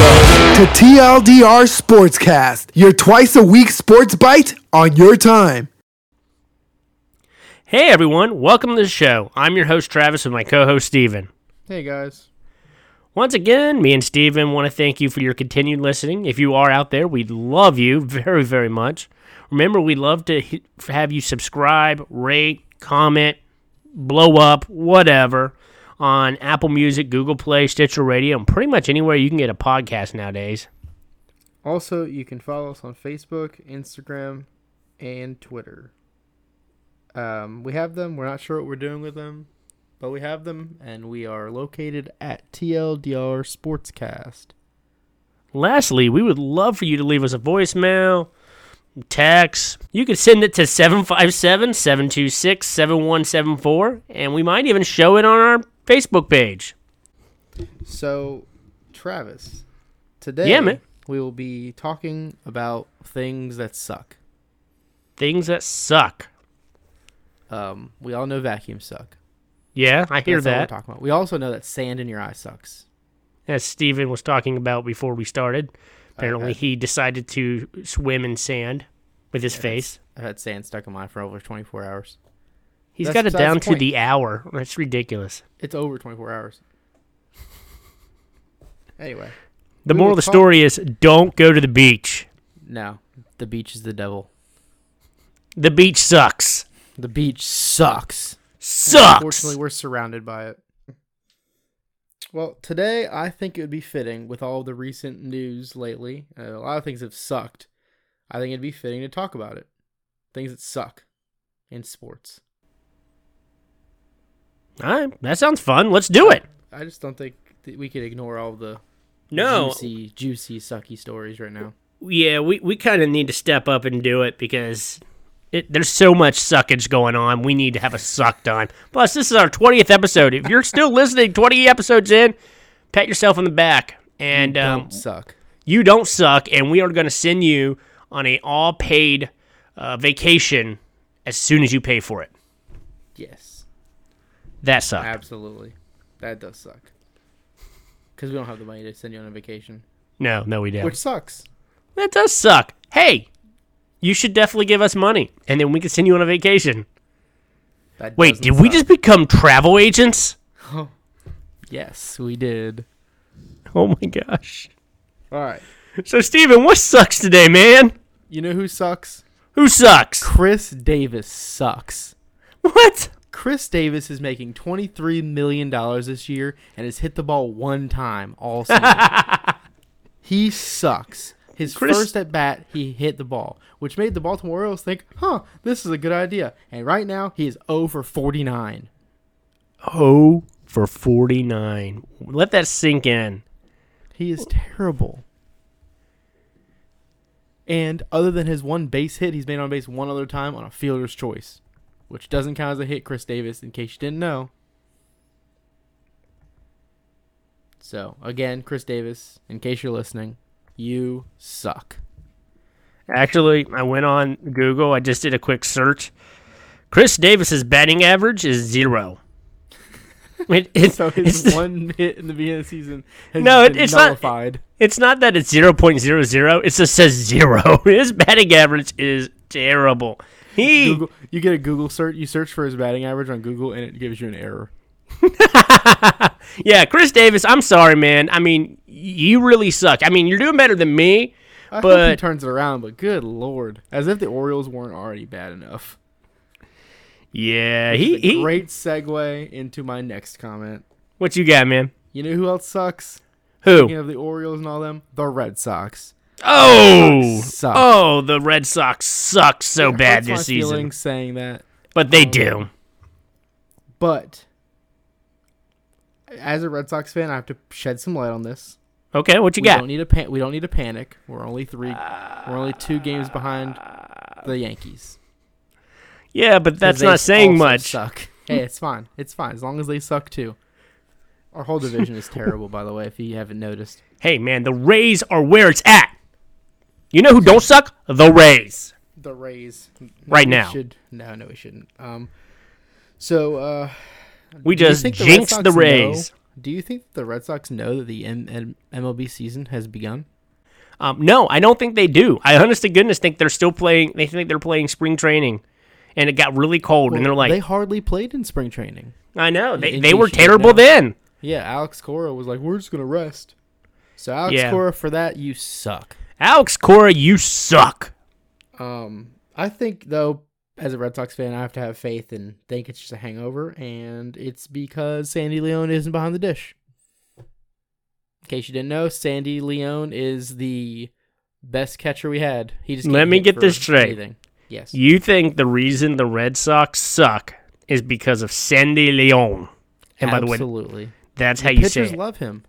Uh, TLDR Sportscast, your twice a week sports bite on your time. Hey everyone, welcome to the show. I'm your host Travis with my co-host Steven. Hey guys. Once again, me and Steven want to thank you for your continued listening. If you are out there, we love you very very much. Remember, we love to he- have you subscribe, rate, comment, blow up, whatever on Apple Music, Google Play, Stitcher Radio, and pretty much anywhere you can get a podcast nowadays. Also, you can follow us on Facebook, Instagram, and Twitter. Um, we have them. We're not sure what we're doing with them, but we have them, and we are located at TLDR Sportscast. Lastly, we would love for you to leave us a voicemail, text. You could send it to 757 726 7174, and we might even show it on our Facebook page. So, Travis, today Yeah, man. we will be talking about things that suck. Things that suck. Um, we all know vacuums suck. Yeah, I hear That's all we're that. talking about. We also know that sand in your eye sucks. As Steven was talking about before we started, apparently he decided to swim in sand with his face. I've had sand stuck in my eye for over 24 hours. He's that's got it besides down the to point. the hour. That's ridiculous. It's over 24 hours. Anyway, The We moral will of the talk- story is don't go to the beach. no. The beach is the devil. The beach sucks. The beach sucks. Sucks. Unfortunately, we're surrounded by it. Well, today I think it would be fitting with all the recent news lately. Uh, a lot of things have sucked. I think it'd be fitting to talk about it. Things that suck in sports. All right, that sounds fun. Let's do it. I just don't think that we could ignore all the No, juicy, juicy, sucky stories right now. yeah, we, we kind of need to step up and do it because it, there's so much suckage going on. We need to have a suck time. Plus, this is our 20th episode. If you're still listening, 20 episodes in, pat yourself on the back and um, Don't suck. you don't suck. And we are going to send you on a all paid uh, vacation as soon as you pay for it. Yes. That sucks. Absolutely. That does suck. Because we don't have the money to send you on a vacation, no, no, we don't. which sucks. that does suck. Hey, you should definitely give us money, and then we can send you on a vacation. That Wait, doesn't did we suck. just become travel agents? Yes, we did. Oh my gosh. All right. So, Steven, what sucks today, man? You know who sucks? Who sucks? Chris Davis sucks. What? Chris Davis is making $23 million this year and has hit the ball one time all season. he sucks. His Chris- first at bat, he hit the ball, which made the Baltimore Orioles think, huh, this is a good idea. And right now, he is 0 for 49. Oh, for 49. Let that sink in. He is terrible. And other than his one base hit, he's made on base one other time on a fielder's choice, which doesn't count as a hit, Chris Davis, in case you didn't know. So, again, Chris Davis, in case you're listening, you suck. Actually, I went on Google. I just did a quick search. Chris Davis's batting average is zero. It- it- So it's, his one hit in the beginning of the season has No, it- been it's not- nullified. it's not that it's 0.00. It just says zero. His batting average is terrible. He Google, you get a Google search, you search for his batting average on Google, and it gives you an error. Yeah, Chris Davis, I'm sorry, man. I mean, y- you really suck. I mean, you're doing better than me. I hope he But- turns it around, but good lord. As if the Orioles weren't already bad enough. Yeah, he, he Great segue into my next comment. What you got, man? You know who else sucks? You Who? know the Orioles and all them? The Red Sox. Oh, Suck. oh, the Red Sox suck so It bad hurts my this season, feelings Oh, saying that. but they do. But as a Red Sox fan, I have to shed some light on this. Okay, what you We got? don't need a pan- we don't need to panic. We're only three we're only two games behind the Yankees. Yeah, but that's They not saying also much. Suck. Hey, it's fine. It's fine as long as they suck too. Our whole division is terrible, by the way. If you haven't noticed, Hey, man, the Rays are where it's at. You know who don't suck? The Rays. the Rays No, Right we now. Should no, no, we shouldn't. Um, so uh, We do you just think the Red jinxed Sox the know- Rays. do you think the Red Sox know that the M- M- MLB season has begun? Um, no, I don't think they do. I honest to goodness think they're still playing. They think they're playing spring training, and it got really cold, and they're like, they hardly played in spring training. I know they, in they the were shape terrible now. then. Yeah, Alex Cora was like, "We're just gonna rest." So Alex Yeah. Cora, for that, you suck. Alex Cora, you suck. Um, I think though, as a Red Sox fan, I have to have faith and think it's just a hangover, and it's because Sandy Leone isn't behind the dish. In case you didn't know, Sandy Leone is the best catcher we had. He just Let can't me hit get for this straight. anything. Yes. You think the reason the Red Sox suck is because of Sandy Leon? And by the way, absolutely. that's how the you say pitchers it. love him.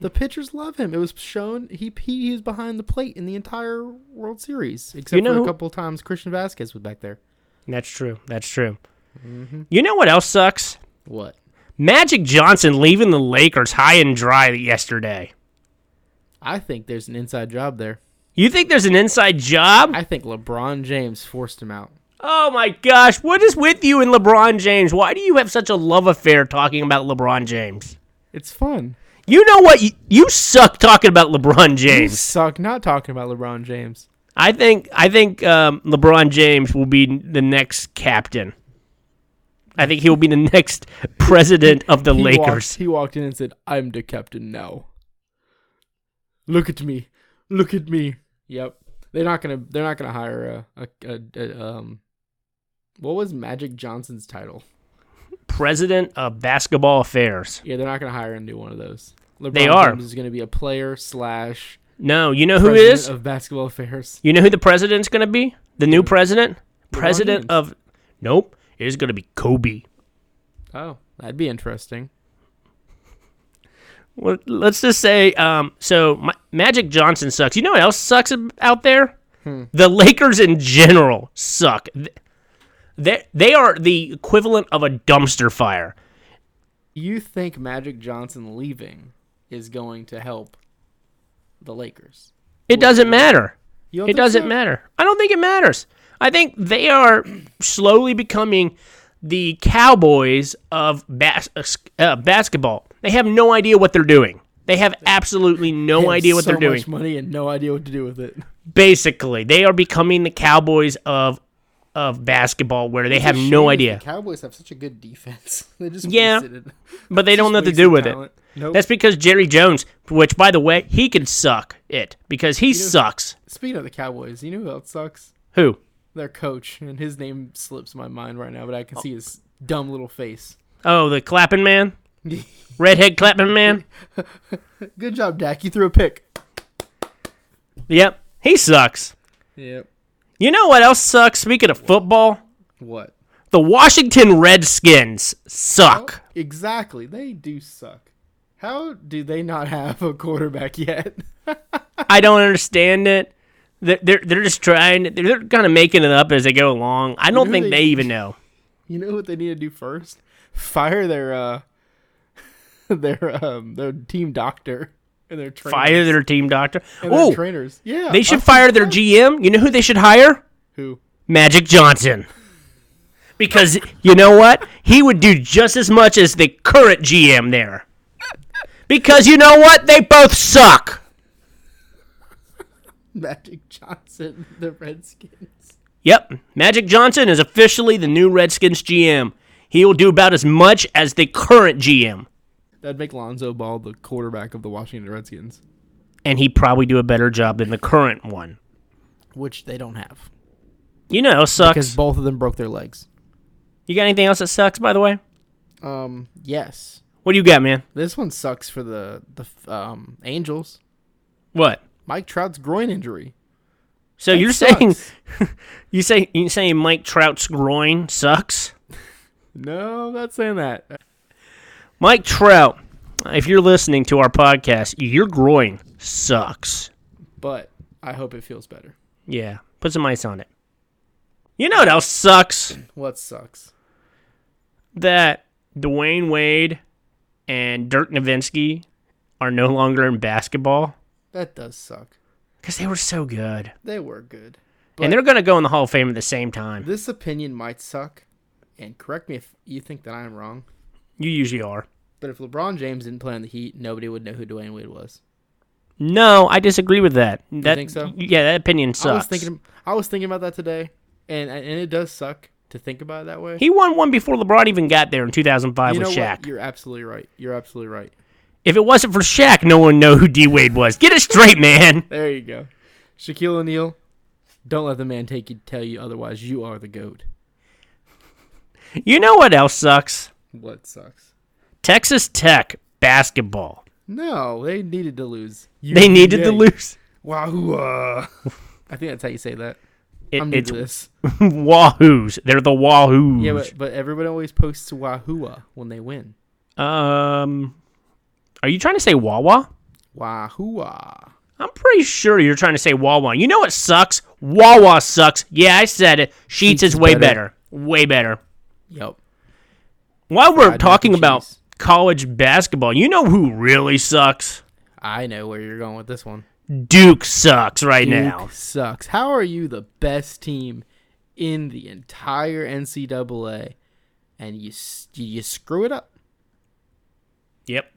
The pitchers love him. It was shown he he is behind the plate in the entire World Series, except You know for who- a couple times Christian Vasquez was back there. That's true. That's true. Mm-hmm. You know what else sucks? What? Magic Johnson leaving the Lakers high and dry yesterday. I think there's an inside job there. You think there's an inside job? I think LeBron James forced him out. Oh my gosh, what is with you and LeBron James? Why do you have such a love affair talking about LeBron James? It's fun. You know what? You, you suck talking about LeBron You James. suck not talking about LeBron James. I think I think um, LeBron James will be the next captain. I think he will be the next president of the He walked- Lakers. he walked in and said, "I'm the captain now. Look at me. Look at me." Yep. They're not gonna. They're not gonna hire a, a, a, a um. What was Magic Johnson's title? President of basketball affairs. Yeah, they're not gonna hire a new one of those. LeBron They are. James is gonna be a player slash No, you know who president is? of basketball affairs. You know who the president's going to be? The new president? President James. of Nope, it is going to be Kobe. Oh, that'd be interesting. Well, let's just say, um, so Ma- Magic Johnson sucks. You know what else sucks ab- out there? Hmm. The Lakers in general suck. Th- They they are the equivalent of a dumpster fire. You think Magic Johnson leaving is going to help the Lakers? It doesn't matter. You don't It think doesn't so? matter. I don't think it matters. I think they are slowly becoming the Cowboys of bas- uh, s- uh, basketball. They have no idea what they're doing. They have absolutely no They have idea what so they're doing. Much money and no idea what to do with it. basically they are becoming the cowboys of of basketball where they have no idea Cowboys have such a good defense. They just Yeah, wasted but they don't know what to do with it Nope. that's because jerry jones which by the way he can suck it because he sucks Speaking of the Cowboys, you know who else sucks? who Their coach, and his name slips my mind right now, but I can see his dumb little face. oh the clapping man redhead clapping man Good job, Dak. You threw a pick. yep he sucks Yep. you know what else sucks speaking of football What? the washington redskins suck Exactly. They do suck. How do they not have a quarterback yet? I don't understand it. They're they're, they're just trying. They're, they're kind of making it up as they go along. I don't know think they- they even know. You know what they need to do first? Fire their uh their um their team doctor and their trainers. Fire their team doctor. and their Oh, trainers. Yeah. they should uh, fire their GM. You know who they should hire? who Magic Johnson. Because you know what? He would do just as much as the current GM there. Because you know what? They both suck. Magic Johnson, the Redskins. Yep. Magic Johnson is officially the new Redskins GM. He will do about as much as the current GM. That'd make Lonzo Ball the quarterback of the Washington Redskins, And he'd probably do a better job than the current one. which they don't have You know, it sucks. because both of them broke their legs. you got anything else that sucks, by the way? Um, yes. What do you got, man? This one sucks for the the f- um Angels. What? Mike Trout's groin injury. So That you're saying sucks. you say you saying Mike Trout's groin sucks? No, I'm not saying that. Mike Trout, if you're listening to our podcast, your groin sucks. But I hope it feels better. Yeah, put some ice on it. You know what else sucks? What sucks? That Dwayne Wade and Dirk Nowitzki are no longer in basketball That does suck. because they were so good, They were good. and they're gonna go in the Hall of Fame at the same time. This opinion might suck, and correct me if you think that I am wrong. You usually are. But if LeBron James didn't play on the Heat, nobody would know who Dwayne Wade was. No, I disagree with that. that think so? Yeah, that opinion sucks. I was thinking. I was thinking about that today, and and it does suck to think about it that way. he won one before LeBron even got there in 2005 you know with Shaq. what? You're absolutely right. You're absolutely right. If it wasn't for Shaq, no one would know who D Wade was. Get it straight, man. There you go. Shaquille O'Neal, don't let the man take you tell you otherwise. You are the goat. You know what else sucks? What sucks? Texas Tech basketball. No, they needed to lose. They needed to lose. Wahoo! I think that's how you say that. It, I'm new it's to this. Wahoos. They're the Wahoos. Yeah, but, but everyone always posts Wahoo when they win. um, are you trying to say Wawa? Wahoo! I'm pretty sure you're trying to say Wawa. You know what sucks? Wawa sucks. Yeah, I said it. Sheets, Sheetz is is way better. better. Way better. Yep. While we're Fried talking mac and about cheese. college basketball, you know who really sucks? I know where you're going with this one. Duke sucks right Duke now. sucks. How are you the best team in the entire NCAA, and you s- you screw it up? Yep.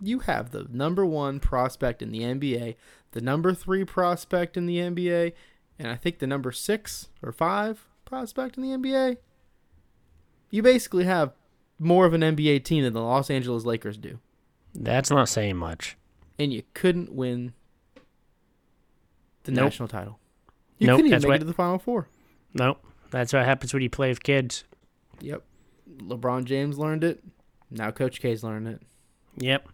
you have the number one prospect in the NBA, the number three prospect in the NBA, and I think the number six or five prospect in the NBA. You basically have more of an NBA team than the Los Angeles Lakers do, That's not saying much. and you couldn't win the Nope. national title. You Nope, couldn't even that's make what- it to the Final Four. Nope. That's what happens when you play with kids. Yep. LeBron James learned it. Now Coach K's learned it. Yep.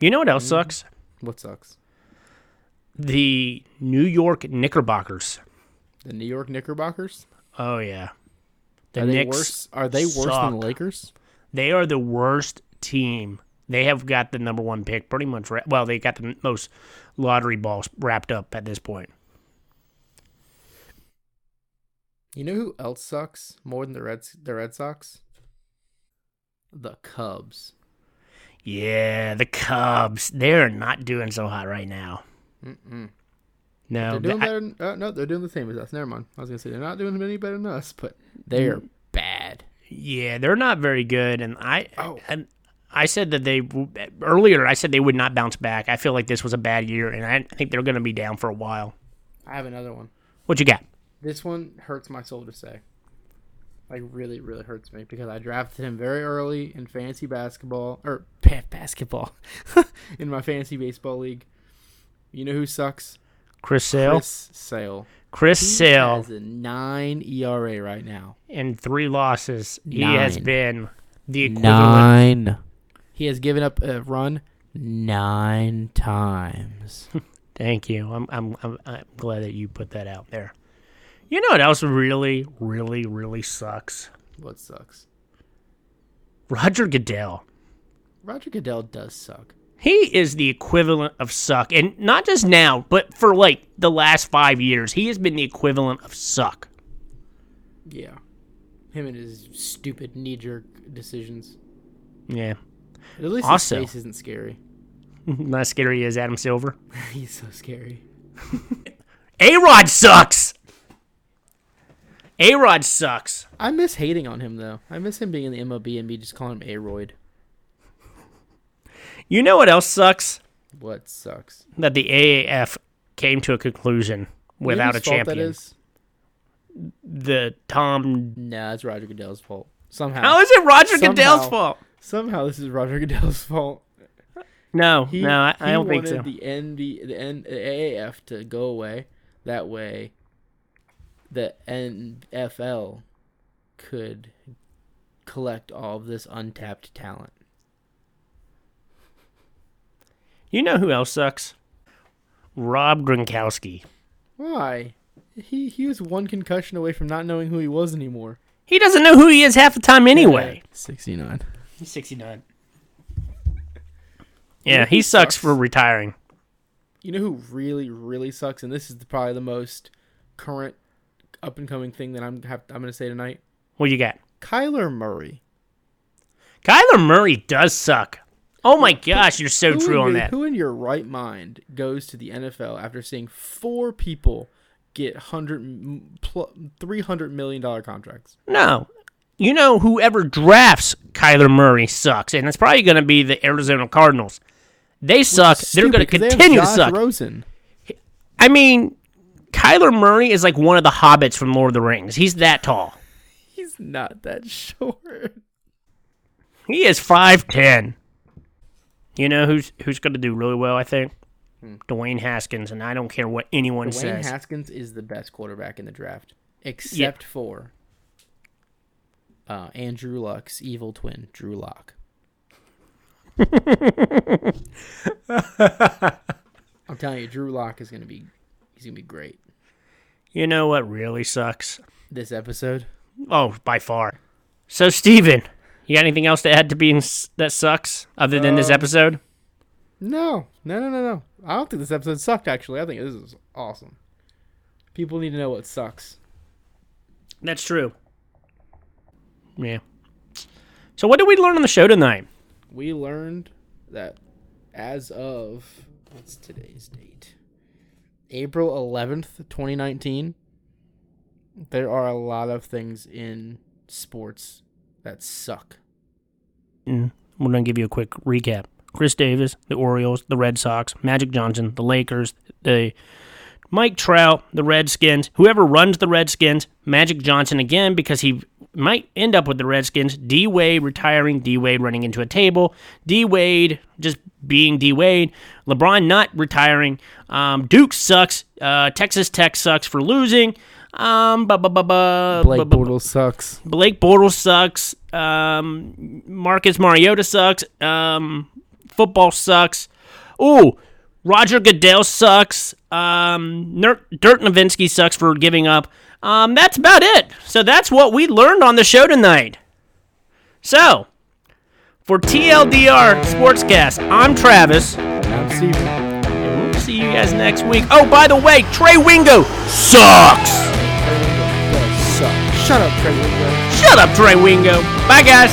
You know what else Mm-hmm. sucks? What sucks? The New York Knickerbockers. The New York Knickerbockers? Oh yeah. The Are they Knicks worse? Are they worse than suck. the Lakers? They are the worst team. They have got the number one pick pretty much. Ra- well, they got the m- most lottery balls wrapped up at this point. You know who else sucks more than the Reds? The Red Sox. The Cubs. Yeah, the Cubs. They're not doing so hot right now. Mm-mm. No, They're doing th- Um, I- better. than- uh, no, they're doing the same as us. Never mind. I was gonna say they're not doing any better than us, but they're Mm. bad. yeah, they're not very good. And I Oh. and I said that they w- earlier. I said they would not bounce back. I feel like this was a bad year, and I think they're going to be down for a while. I have another one. What you got? This one hurts my soul to say. Like really, really hurts me because I drafted him very early in fantasy basketball or ba- basketball in my fantasy baseball league. You know who sucks? Chris Sale. Chris, Chris Sale. Sale He has a nine ERA right now. in three losses. He has Nine. been the equivalent. Nine. He has given up a run nine times. Thank you. I'm, I'm I'm I'm glad that you put that out there. You know what else really, really, really sucks? what sucks? Roger Goodell. Roger Goodell does suck. He is the equivalent of suck, and not just now, but for like the last five years, he has been the equivalent of suck. Yeah. Him and his stupid knee jerk decisions. Yeah, At least Also- his face isn't scary. not scary as Adam Silver. He's so scary. A Rod sucks. A Rod sucks. I miss hating on him though. I miss him being in the MOB and me just calling him Aroid. You know what else sucks? What sucks? That the AAF came to a conclusion You know without a whose fault champion. That is? The Tom. Nah, it's Roger Goodell's fault. Somehow. How is it Roger Goodell's Somehow. fault? Somehow this is Roger Goodell's fault. No, He, no, I, I he don't think wanted so. The NB, the N, the AAF to go away. That way, the NFL could collect all of this untapped talent. you know who else sucks? Rob Gronkowski. Why? He he was one concussion away from not knowing who he was anymore. He doesn't know who he is half the time anyway. sixty nine. He's 69. Yeah, he sucks for retiring. You know who really really sucks, and this is the, probably the most current, up and coming thing that I'm have, I'm gonna say tonight. What you got? Kyler Murray. Kyler Murray does suck. Oh my gosh, you're so Who in true on your- that. Who in your right mind goes to the NFL after seeing four people get 100 m- pl- 300 million dollar contracts? No. You know, whoever drafts Kyler Murray sucks, and it's probably going to be the Arizona Cardinals. They suck. They're Stupid, going to 'cause they have continue to Josh suck. Rosen. I mean, Kyler Murray is like one of the hobbits from Lord of the Rings. He's that tall. He's not that short. He is five ten. You know who's who's going to do really well? I think Dwayne Haskins, and I don't care what anyone Dwayne says. Haskins is the best quarterback in the draft, except for uh, Andrew Luck's evil twin, Drew Lock. I'm telling you, Drew Lock is gonna be he's gonna be great you know what really sucks? this episode. Oh, by far. So, Steven, you got anything else to add to being s- that sucks other than this episode? No, no, no, no, no. I don't think this episode sucked. Actually, I think this is awesome. People need to know what sucks. That's true. Yeah. So, what did we learn on the show tonight? we learned that as of what's today's date april 11th 2019 there are a lot of things in sports that suck Mm, We're going to give you a quick recap. Chris Davis, the Orioles, the Red Sox, Magic Johnson, the Lakers, the Mike Trout, the Redskins, whoever runs the Redskins, Magic Johnson again because he might end up with the Redskins. D Wade retiring, D Wade running into a table, D Wade just being D Wade, LeBron not retiring, um, Duke sucks, uh, Texas Tech sucks for losing. Um, ba ba ba ba. blake ba- ba- bortles sucks Blake Bortles sucks. Um, Marcus Mariota sucks. Um, football sucks. Ooh, Roger Goodell sucks. Um, Ner- Dirk Nowitzki sucks for giving up. Um, that's about it. So that's what we learned on the show tonight. So, for TLDR Sportscast, I'm Travis. i'm steven We'll see you guys next week. Oh, by the way, Trey Wingo sucks. suck. shut up trevor Bro. Shut up, Trey Wingo. Bye, guys.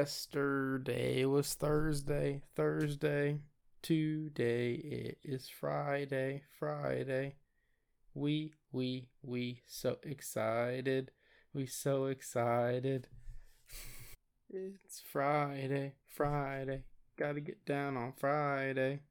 Yesterday was Thursday. Thursday. Today it is Friday. Friday. We, we, we so excited. We so excited. It's Friday. Friday. Gotta get down on Friday.